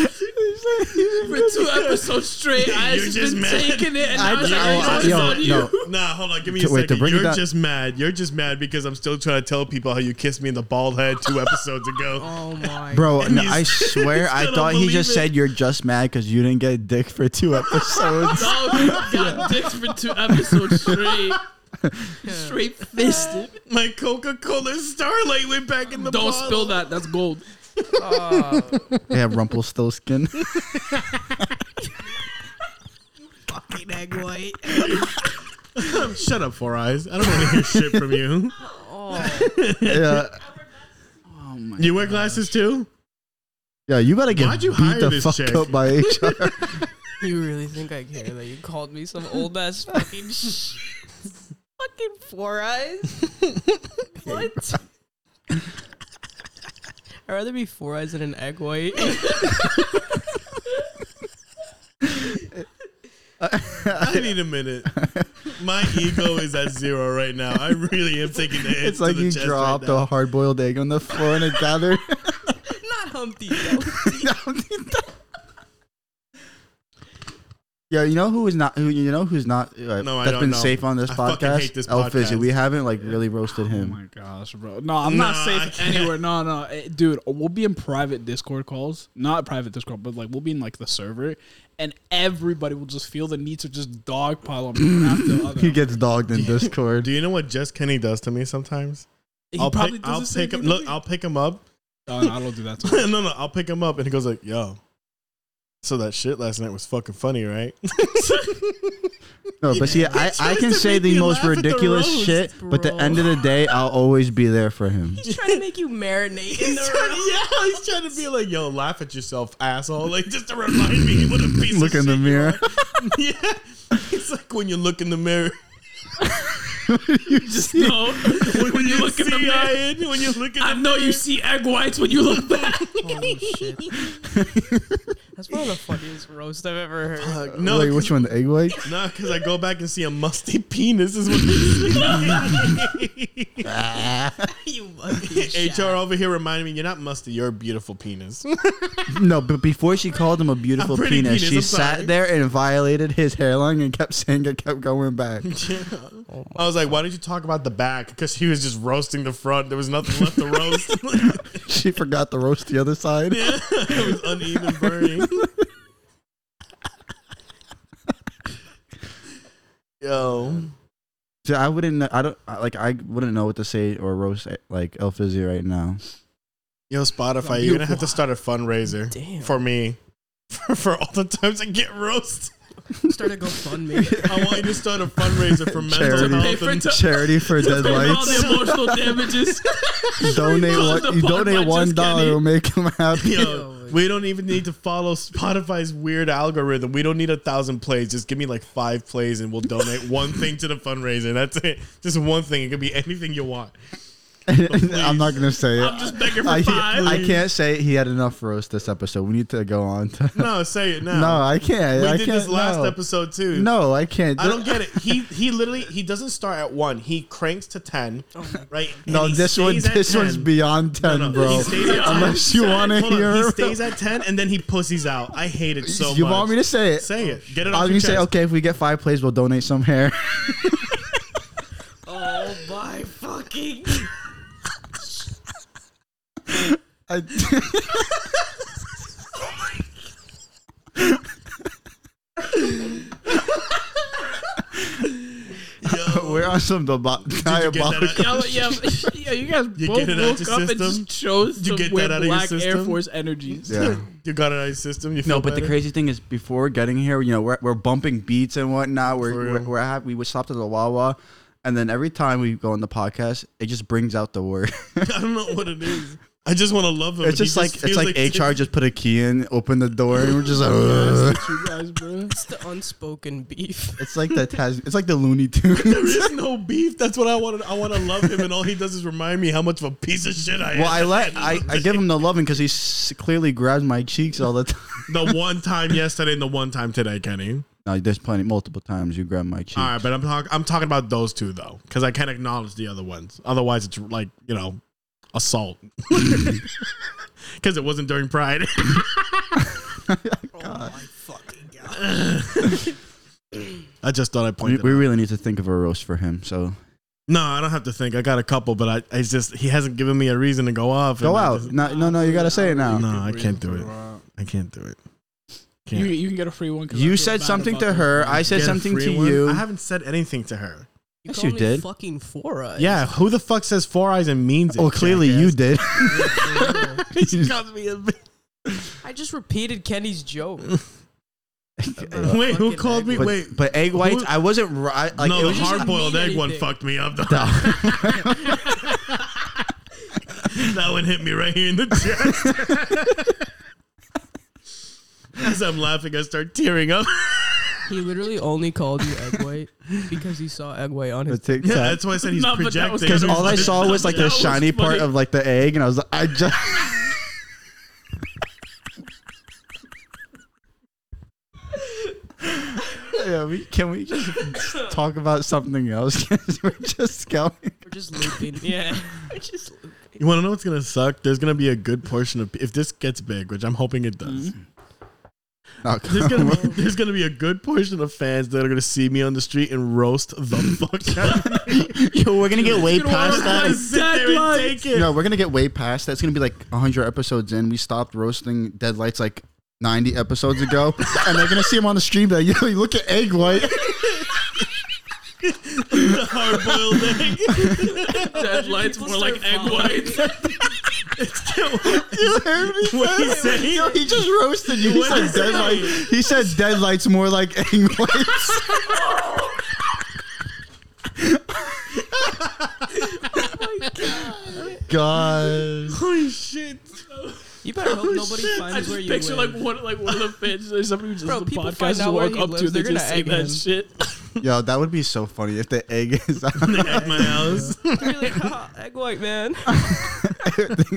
S3: for two episodes straight, I
S1: You
S3: just,
S1: just
S3: been
S1: mad.
S3: taking it, and
S4: I-
S3: I, was like,
S4: I-
S3: you know,
S4: I-
S3: it's
S4: yo,
S3: on you.
S4: no.
S1: Nah, hold on. Give me
S4: To-
S1: a
S4: wait, to
S1: second.
S4: bring it
S1: You're
S4: down-
S1: just mad. You're just mad because I'm still trying to tell people how you kissed me in the bald head two episodes ago.
S2: Oh my.
S4: Bro, no,
S1: you
S4: I swear, I
S1: don't
S4: thought he
S1: believe
S4: just
S1: it.
S4: said you're just mad because you didn't get dick for two episodes.
S3: Dog got dicks for two episodes straight. Straight fisted.
S1: My Coca Cola Starlight went back in the
S3: Don't
S1: bottle.
S3: spill that. That's gold.
S4: they have Rumpelstiltskin.
S2: Fucking egg white.
S1: Shut up, Four Eyes. I don't want to hear shit from you.
S4: yeah,
S3: Oh my
S1: You wear glasses too?
S4: yeah, you gotta get
S1: Why'd you hire
S4: beat the
S1: this
S4: fuck
S1: chick?
S4: up by HR.
S2: You really think I care that you called me some old ass fucking sh- fucking four eyes? what? I'd rather be four eyes than an egg white.
S1: I need a minute. My ego is at zero right now. I really am taking the hits.
S4: it's like
S1: to the
S4: you
S1: chest
S4: dropped
S1: right now.
S4: a hard boiled egg on the floor and it gathered.
S2: Not Humpty. though.
S4: Yeah, you know who is not who you know who's not uh,
S1: No, I
S4: that's
S1: don't
S4: been
S1: know.
S4: safe on this
S1: I fucking
S4: podcast.
S1: hate this
S4: El Fizzy.
S1: podcast.
S4: We haven't like really roasted him.
S3: Oh my gosh, bro. No, I'm not
S1: Nah, I
S3: safe
S1: can't.
S3: anywhere. No, no. Eh, Dude, we'll be in private Discord calls. Not private Discord, but like we'll be in like the server and everybody will just feel the need to just dogpile on me. one after the other.
S4: he gets dogged in Discord.
S1: Do you know what Just Kenny does to me sometimes?
S3: He
S1: I'll
S3: probably
S1: pick, I'll
S3: does the same
S1: pick him.
S3: thing to
S1: Look,
S3: me.
S1: I'll pick him up.
S3: Oh, no, I don't do that. To
S1: no, no, I'll pick him up, and he goes like, "Yo." So that shit last night was fucking funny, right?
S4: No, but see, I, I can
S1: to
S4: say
S1: make
S4: the
S1: me
S4: most
S1: laugh at the
S4: ridiculous
S1: roast,
S4: shit, but the
S2: bro.
S4: end of the day, I'll always be there for him.
S2: He's trying to make you marinate in the
S1: trying to- yeah, he's trying to be like, yo, laugh at yourself, asshole. Like, just to remind me what a piece
S4: Look
S1: of
S4: in the
S1: shit.
S4: mirror.
S1: yeah. It's like when you look in the mirror.
S4: you just
S7: No, when, you look in the
S1: See,
S7: mirror,
S1: Ian, when you look in
S7: I
S1: the
S7: know you see egg whites when you look back.
S2: Holy shit. That's one of the funniest roasts I've ever heard.
S1: Fuck, No,
S4: Wait, which one? The egg white?
S1: nah, because I go back and see a musty penis is what you see.
S2: you monkey shit.
S1: HR over here reminding me, you're not musty, you're a beautiful penis.
S4: No, but before she called him a beautiful
S1: pretty
S4: penis,
S1: penis,
S4: she
S1: I'm
S4: sat
S1: sorry.
S4: there and violated his hairline and kept saying it kept going back.
S1: I was like, why did you talk about the back? Because he was just roasting the front. There was nothing left to roast.
S4: she forgot to roast the other side.
S1: it was uneven burning. Yo.
S4: So I wouldn't. kn- I don't I- like. I wouldn't know what to say or roast eh, like El Fizzy right now.
S1: Yo, Spotify, you're gonna have to start a fundraiser
S2: Damn.
S1: for me for, for all the times I get roasted.
S2: Start a GoFundMe.
S1: I want you to start a fundraiser for mental
S4: Charity.
S1: health.
S7: Pay
S1: And,
S7: for t-
S4: Charity for dead
S7: Pay all
S4: whites.
S7: the emotional damages.
S4: donate
S7: dollars
S4: one.
S7: to
S4: You
S7: Bud
S4: donate
S7: Bunches,
S4: one dollar.
S7: Kenny.
S4: It'll make him happy.
S1: yo, we don't even need to follow Spotify's weird algorithm. We don't need a thousand plays. Just give me like five plays, and we'll donate one thing to the fundraiser. That's it. Just one thing. It could be anything you want.
S4: I'm not gonna say it.
S7: I'm just begging for
S4: I,
S7: five.
S4: I can't say he had enough roast this episode. We need to go on. To,
S1: No, say it now.
S4: no, I can't.
S1: we
S4: I
S1: did
S4: can't.
S1: this last
S4: no.
S1: episode too.
S4: No, I can't.
S1: I don't get it. He he literally he doesn't start at one. He cranks to ten,
S4: Oh
S1: right? And
S4: No,
S1: he
S4: this one.
S1: stays at
S4: This one's
S1: 10.
S4: beyond ten,
S1: No, no,
S4: bro.
S1: He stays at 10.
S4: Unless you want to
S1: Hold on, he
S4: hear.
S1: stays at ten and then he pussies out. I hate it so
S4: you
S1: much.
S4: want me to say it?
S1: say it? Get it
S4: I
S1: off
S4: was
S1: your
S4: gonna say,
S1: chest.
S4: okay, if we get five plays, we'll donate some hair.
S2: oh my fucking.
S4: I, We're on some diabo-
S1: Did you get that
S4: diabolical.
S1: out-
S7: Yeah, but- yeah, but- yeah, you guys
S1: You
S7: both
S1: get it
S7: woke
S1: out your
S7: up and
S1: system?
S7: just chose
S1: You
S7: to
S1: get
S7: wear
S1: that out of your
S7: black Air
S1: system?
S7: Force energies.
S4: Yeah.
S1: You got it out of your system. You
S4: No,
S1: feel
S4: but the
S1: better?
S4: crazy thing is, before getting here, you know, we're, we're bumping beats and whatnot. We're,
S1: For
S4: we're,
S1: real.
S4: we're happy. We would stop at the Wawa, and then every time we go on the podcast, it just brings out the word.
S1: I don't know what it is. I just want to love him.
S4: it's
S1: but he
S4: just like it's
S1: feels
S4: like, HR just put a key in, opened the door, and we're just like. "Ugh."
S3: That's what you guys, bro.
S2: It's the unspoken beef.
S4: It's like the Tas- it's like the Looney Tunes.
S1: There is no beef. That's what I wanted. I want to love him, and all he does is remind me how much of a piece of shit I am.
S4: Well, I let I, I give him the loving because he s- clearly grabs my cheeks all the time.
S1: the one time yesterday and the one time today, Kenny.
S4: No, there's plenty multiple times you grab my cheeks.
S1: All right, but I'm talking. I'm talking about those two though, because I can't acknowledge the other ones. Otherwise, it's like you know, assault. Because it wasn't during Pride. I just thought I
S4: we,
S1: pointed.
S4: we
S1: out.
S4: really need to think of a roast for him. So
S1: No, I don't have to think. I got a couple, but I, I just he hasn't given me a reason to go off. and
S4: go
S1: I
S4: out.
S1: just-
S4: No, no, no. You gotta say it now.
S1: No, I can't do it. I can't do it.
S3: You, you can get a free one. 'cause I
S4: You
S3: feel
S4: said
S3: bad
S4: something
S3: about
S4: to
S3: this
S4: her.
S3: one.
S4: I said
S1: Get a
S4: something
S1: free
S4: to
S1: one?
S4: you.
S1: I haven't said anything to her.
S4: Yes,
S2: call
S4: you
S2: me
S4: did.
S2: Fucking four eyes.
S1: Yeah, who the fuck says four eyes and means it?
S4: well, Oh, clearly
S1: jackass?
S4: you did.
S2: I just repeated Kenny's joke.
S1: Wait, who
S2: Fucking
S1: called me?
S4: but,
S1: Wait,
S4: but egg whites.
S1: Who-
S4: I wasn't right. Like it
S1: no, the
S4: was just-
S1: hard boiled
S2: mean
S1: egg one
S2: anything.
S1: fucked me up.
S4: No.
S1: Though. that one hit me right here in the chest. As I'm laughing, I start tearing up.
S2: He literally only called you egg white because he saw egg white on
S4: The
S2: his.
S4: tic
S1: Yeah,
S4: tac.
S1: that's why I said he's
S7: No, but that was
S1: projecting.
S7: 'cause
S4: All I saw was like the
S7: That was
S4: shiny part
S7: funny.
S4: of like the egg, and I was like, I just. yeah, we, can we just talk about something else? 'Cause we're just going.
S2: We're just looping. Yeah, we're just looping.
S1: You want to know what's gonna suck? There's gonna be a good portion of if this gets big, which I'm hoping it does.
S4: Mm-hmm. No,
S1: There's gonna be there's gonna be a good portion of fans that are gonna see me on the street and roast the fuck out. of me.
S4: Yo, we're gonna get way past
S1: I sit there and take it.
S4: No, we're gonna get way past that. It's gonna be like 100 episodes in. We stopped roasting Deadlights like 90 episodes ago, and they're gonna see him on the stream. That yo, you look at egg white.
S1: the hard boiled egg.
S7: Dad lights more like egg whites.
S4: You heard me
S1: What he said?
S4: Yo, he just roasted you. He
S1: What
S4: said,
S1: is
S4: dead
S1: that?
S4: light- he said dead lights more like egg whites. God.
S1: Holy shit.
S2: You better hope nobody finds
S7: I just
S2: where you
S7: picture
S2: live.
S7: like one like one of the fans or somebody who
S2: Bro,
S7: just the
S2: people
S7: podcast
S2: find
S7: just
S2: out where
S7: walk
S2: he
S7: up to
S2: lives,
S7: they
S2: they're
S7: just
S2: gonna
S7: say
S2: egg him.
S7: that shit.
S4: Yo, that would be so funny if the egg is
S1: At my house.
S2: You're like, "Ha, egg white man.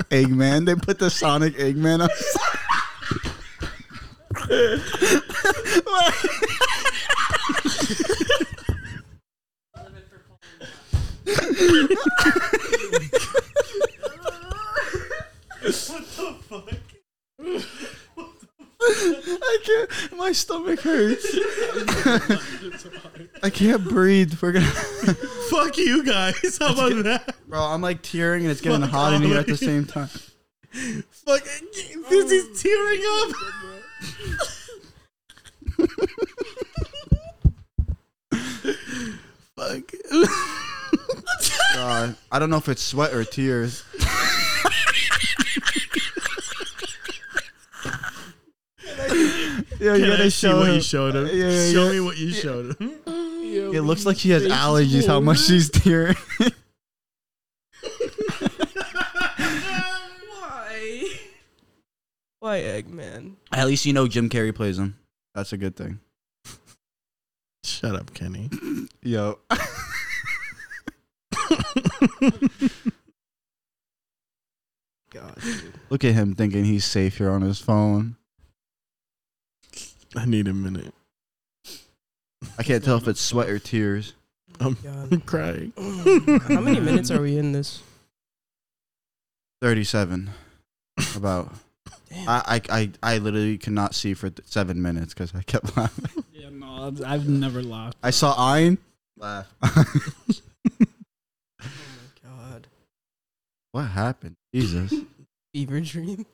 S4: Eggman. They put the Sonic Eggman on. I can't. My stomach hurts. I can't breathe. We're gonna.
S1: Fuck you guys. How about that?
S4: Bro, I'm like tearing and it's getting
S1: Fuck
S4: hot in here at
S1: Ollie.
S4: the same time.
S1: Fuck. This is tearing up.
S4: Fuck. God, I don't know if it's sweat or tears. yeah, you
S1: Can I see
S4: gotta show
S1: what
S4: him.
S1: you showed him?
S4: Yeah, yeah,
S1: Show
S4: yeah.
S1: me what you showed him.
S4: It looks like she has allergies. How much she's tearing.
S2: Why? Why egg man?
S4: At least you know Jim Carrey plays him. That's a good thing.
S1: Shut up, Kenny.
S4: Yo,
S2: God, dude.
S4: look at him thinking he's safe here on his phone.
S1: I need a minute.
S4: I can't tell if it's sweat or tears.
S1: I'm
S2: God.
S1: crying.
S2: How many minutes are we in this?
S4: Thirty-seven, about.
S2: Damn.
S4: I, I, I, I literally could not see for th- seven minutes because I kept laughing.
S3: Yeah, no, I've- I've never laughed.
S4: I saw Ayn laugh.
S2: oh my god.
S4: what happened? Jesus.
S2: Fever dream.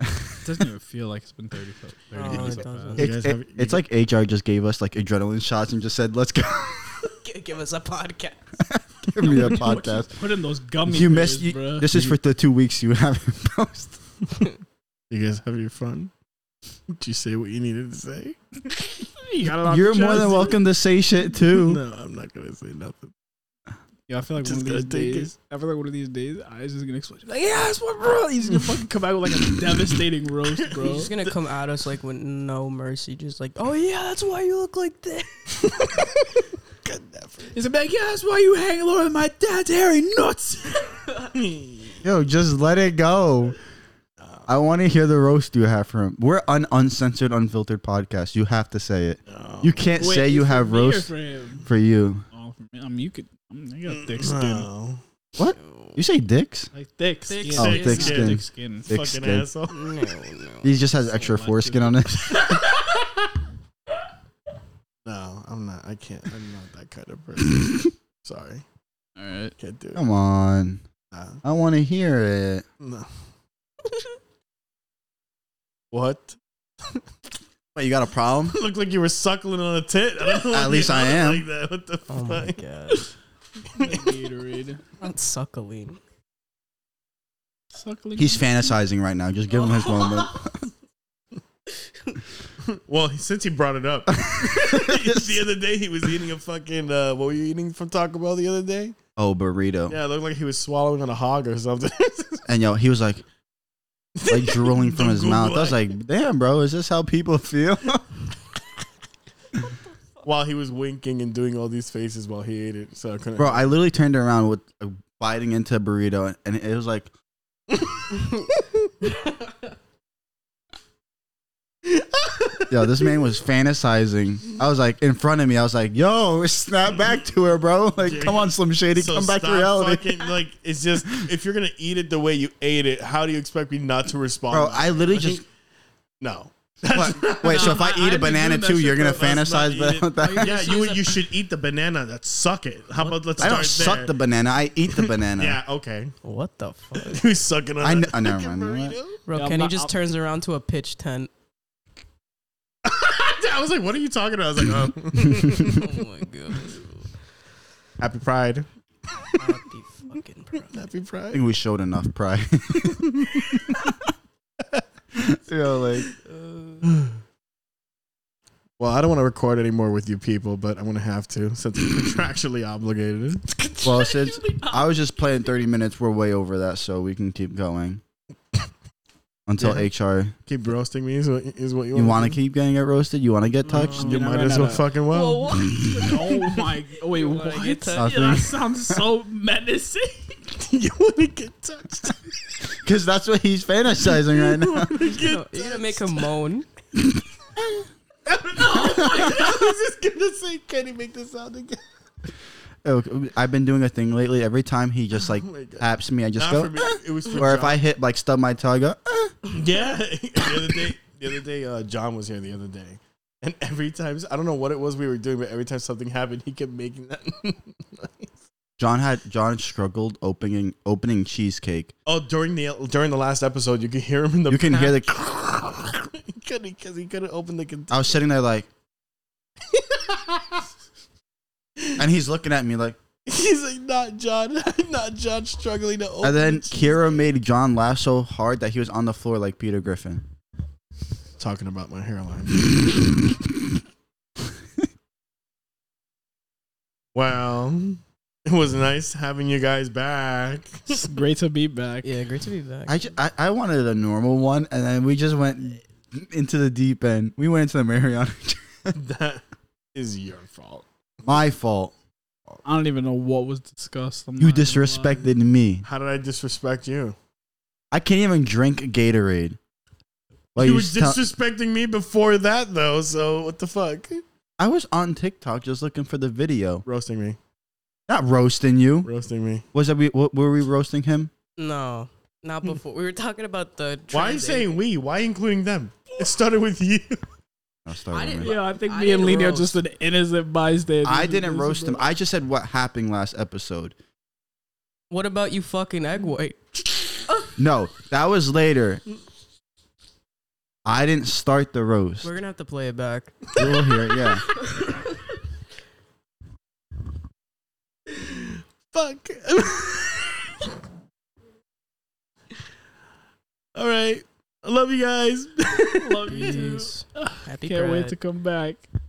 S3: It doesn't even feel like it's been 30, 30
S2: No,
S3: minutes.
S2: Oh, it doesn't.
S1: You
S4: It-
S1: guys
S4: it-
S1: have- you
S4: it's like HR just gave us like adrenaline shots and just said, "Let's go."
S2: G- give us a podcast.
S4: Give me a
S3: Put-
S4: podcast.
S3: Put in those gummy
S4: You missed.
S3: bears,
S4: You,
S3: bruh.
S4: this is for the two weeks you haven't posted.
S1: You guys have your fun. Did you say what you needed to say?
S3: You got it off
S4: You're
S3: your
S4: more than
S3: chest.
S4: welcome to say shit too.
S1: No, I'm not gonna say nothing.
S3: Yeah, I feel like
S1: Just
S3: one
S1: gotta
S3: of these
S1: take
S3: days. I feel like one of these days, I is just gonna explode. Like, yeah, that's what, bro. He's gonna fucking come out with like a devastating roast,
S2: He's
S3: bro.
S2: just gonna come at us like with no mercy, just like, oh yeah, that's why you look like this.
S3: He's gonna be like, yeah, that's why you hang lower than my dad's hairy nuts.
S4: Yo, just let it go. I want to hear the roast you have for him. We're an uncensored, unfiltered podcast. You have to say it. You can't
S3: Wait,
S4: say you
S3: for
S4: have
S3: me or
S4: roast
S3: for him.
S4: for you.
S3: Oh, for me. I mean, you could. I, mean, I got thick skin.
S1: No.
S4: You say dicks?
S3: Like thick,
S2: Thick
S3: skin.
S2: skin. Oh, thick
S4: skin.
S3: Thick skin.
S4: Thick
S1: Fucking
S4: skin.
S1: asshole.
S2: no, no.
S4: He just has extra
S3: Selective.
S4: foreskin on it.
S1: No, I'm not. I can't. I'm not that kind of person. Sorry,
S3: All right.
S1: can't do it.
S4: Come on.
S1: Nah,
S4: I want to hear it.
S1: no. what?
S4: Wait, you got a problem?
S1: Look like you were suckling on a tit. I don't know
S4: At
S1: why
S4: least
S1: you
S4: I
S1: look
S4: am.
S1: Like that. What the
S2: Oh my
S1: fuck?
S2: god.
S3: Gatorade.
S2: Not suckling.
S3: Suckling.
S4: He's fantasizing right now. Just give him his moment.
S1: Well, since he brought it up, the other day he was eating a fucking. Uh, what were you eating from Taco Bell the other day?
S4: Oh, burrito.
S1: Yeah, it looked like he was swallowing on a hog or something.
S4: And yo, he was like, like drooling from
S1: The
S4: his mouth. I was
S1: Google eye.
S4: like, damn, bro, is this how people feel?
S1: while he was winking and doing all these faces while he ate it, so I couldn't.
S4: Bro, I literally turned around with uh, biting into a burrito, and it was like, yo, this man was fantasizing. I was like, in front of me, I was like, yo, snap back to her, bro. Like, come on, Slim Shady,
S1: So
S4: come back to
S1: stop
S4: reality.
S1: Fucking, like it's just if you're gonna eat it the way you ate it, how do you expect me not to respond?
S4: Bro, I literally
S1: think-
S4: just.
S1: no.
S4: What? Wait, so if I
S3: I- I've
S4: eat a
S3: been
S4: banana
S3: doing that
S4: too,
S3: shit
S4: you're gonna
S1: for- let's not
S4: fantasize
S1: eat it.
S4: about that?
S1: yeah, you you should eat the banana. That suck it. How about let's
S4: I
S1: start
S4: don't suck
S1: there.
S4: the banana. I eat the banana.
S1: yeah, okay.
S2: What the fuck?
S1: You sucking on
S4: I
S1: a
S4: kn- oh, never
S1: fucking
S4: mind, you know
S1: burrito?
S2: Bro,
S3: Yeah, I'm
S2: Kenny
S3: not-
S2: just
S3: I'll-
S2: turns around to a pitch tent.
S1: I was like, what are you talking about? I was like, oh.
S2: oh my god.
S1: Happy Pride.
S2: Happy fucking pride.
S1: Happy
S4: I
S1: Pride.
S4: think we showed enough pride. you know, like
S1: Well, I don't want to record anymore with you people, but I'm gonna have to since I'm contractually obligated.
S4: well, since I was just playing 30 minutes, we're way over that, so we can keep going until
S1: Yeah.
S4: HR.
S1: Keep roasting me is what, is what you,
S4: You want
S1: want
S4: to keep getting it roasted? You want to get touched?
S1: Mm, You
S3: Yeah,
S1: might
S3: I
S1: as
S3: ran
S1: well
S3: out of-
S1: fucking well.
S2: Well, what?
S3: oh my! oh Wait,
S2: You wanna
S3: what?
S2: get touched?
S4: Nothing.
S7: that sounds so menacing.
S1: you want to get touched?
S4: Because that's what he's fantasizing right now.
S2: You know, You're gonna make a moan.
S1: oh I was just gonna say, can he make this sound again?
S4: Okay, Oh, I've been doing a thing lately. Every time he just like
S1: Oh my God.
S4: taps me, I just
S1: Not
S4: go.
S1: for me. It was for
S4: Or if
S1: John.
S4: I hit like stub my toe, I go. "Eh."
S1: Yeah. the other day, the other day, uh, John was here the other day. And every time, I don't know what it was we were doing, but every time something happened, he kept making that.
S4: John had John struggled opening opening cheesecake.
S1: oh, during the during the last episode, you could hear him in the.
S4: You can hear the.
S1: the. he couldn't because he couldn't open the container.
S4: I was sitting there like, Uh. and he's looking at me like.
S1: He's like, not John, not John, struggling to open.
S4: And then
S1: the cheese-
S4: Kira made John laugh so hard that he was on the floor like Peter Griffin.
S1: talking about my hairline. Well, it was nice having you guys back.
S3: It's great to be back.
S2: Yeah, great to be back.
S4: I, ju- I I wanted a normal one, and then we just went into the deep end. We went into the Mariana.
S1: that is your fault.
S4: My fault.
S3: I don't even know what was discussed. I'm
S4: You
S3: not gonna lie.
S4: disrespected me.
S1: How did I disrespect you?
S4: I can't even drink Gatorade. Well,
S1: you
S4: you
S1: were
S4: just tell-
S1: disrespecting me before that, though. So what the fuck?
S4: I was on TikTok just looking for the video.
S1: Roasting me,
S4: Not roasting you.
S1: roasting me.
S4: Was that we? What, were we roasting him?
S2: No, not before. We were talking about the.
S1: Why are you
S2: trending.
S1: saying we? Why including them? It started with you.
S4: I'll start
S2: I
S4: with
S2: didn't-
S4: me.
S3: Yeah, I think
S2: I
S3: me and
S2: didn't
S3: Lenny are
S2: roast.
S3: just an innocent bystander.
S4: I didn't roast him. I just said what happened last episode.
S2: What about you fucking egg white?
S4: No, that was later. I didn't start the roast.
S2: We're gonna have to play it back.
S4: You'll hear it, yeah.
S1: Fuck. All right. I love you guys.
S3: Love you. too.
S2: Peace. Happy
S3: Can't wait
S2: Pride.
S3: to come back.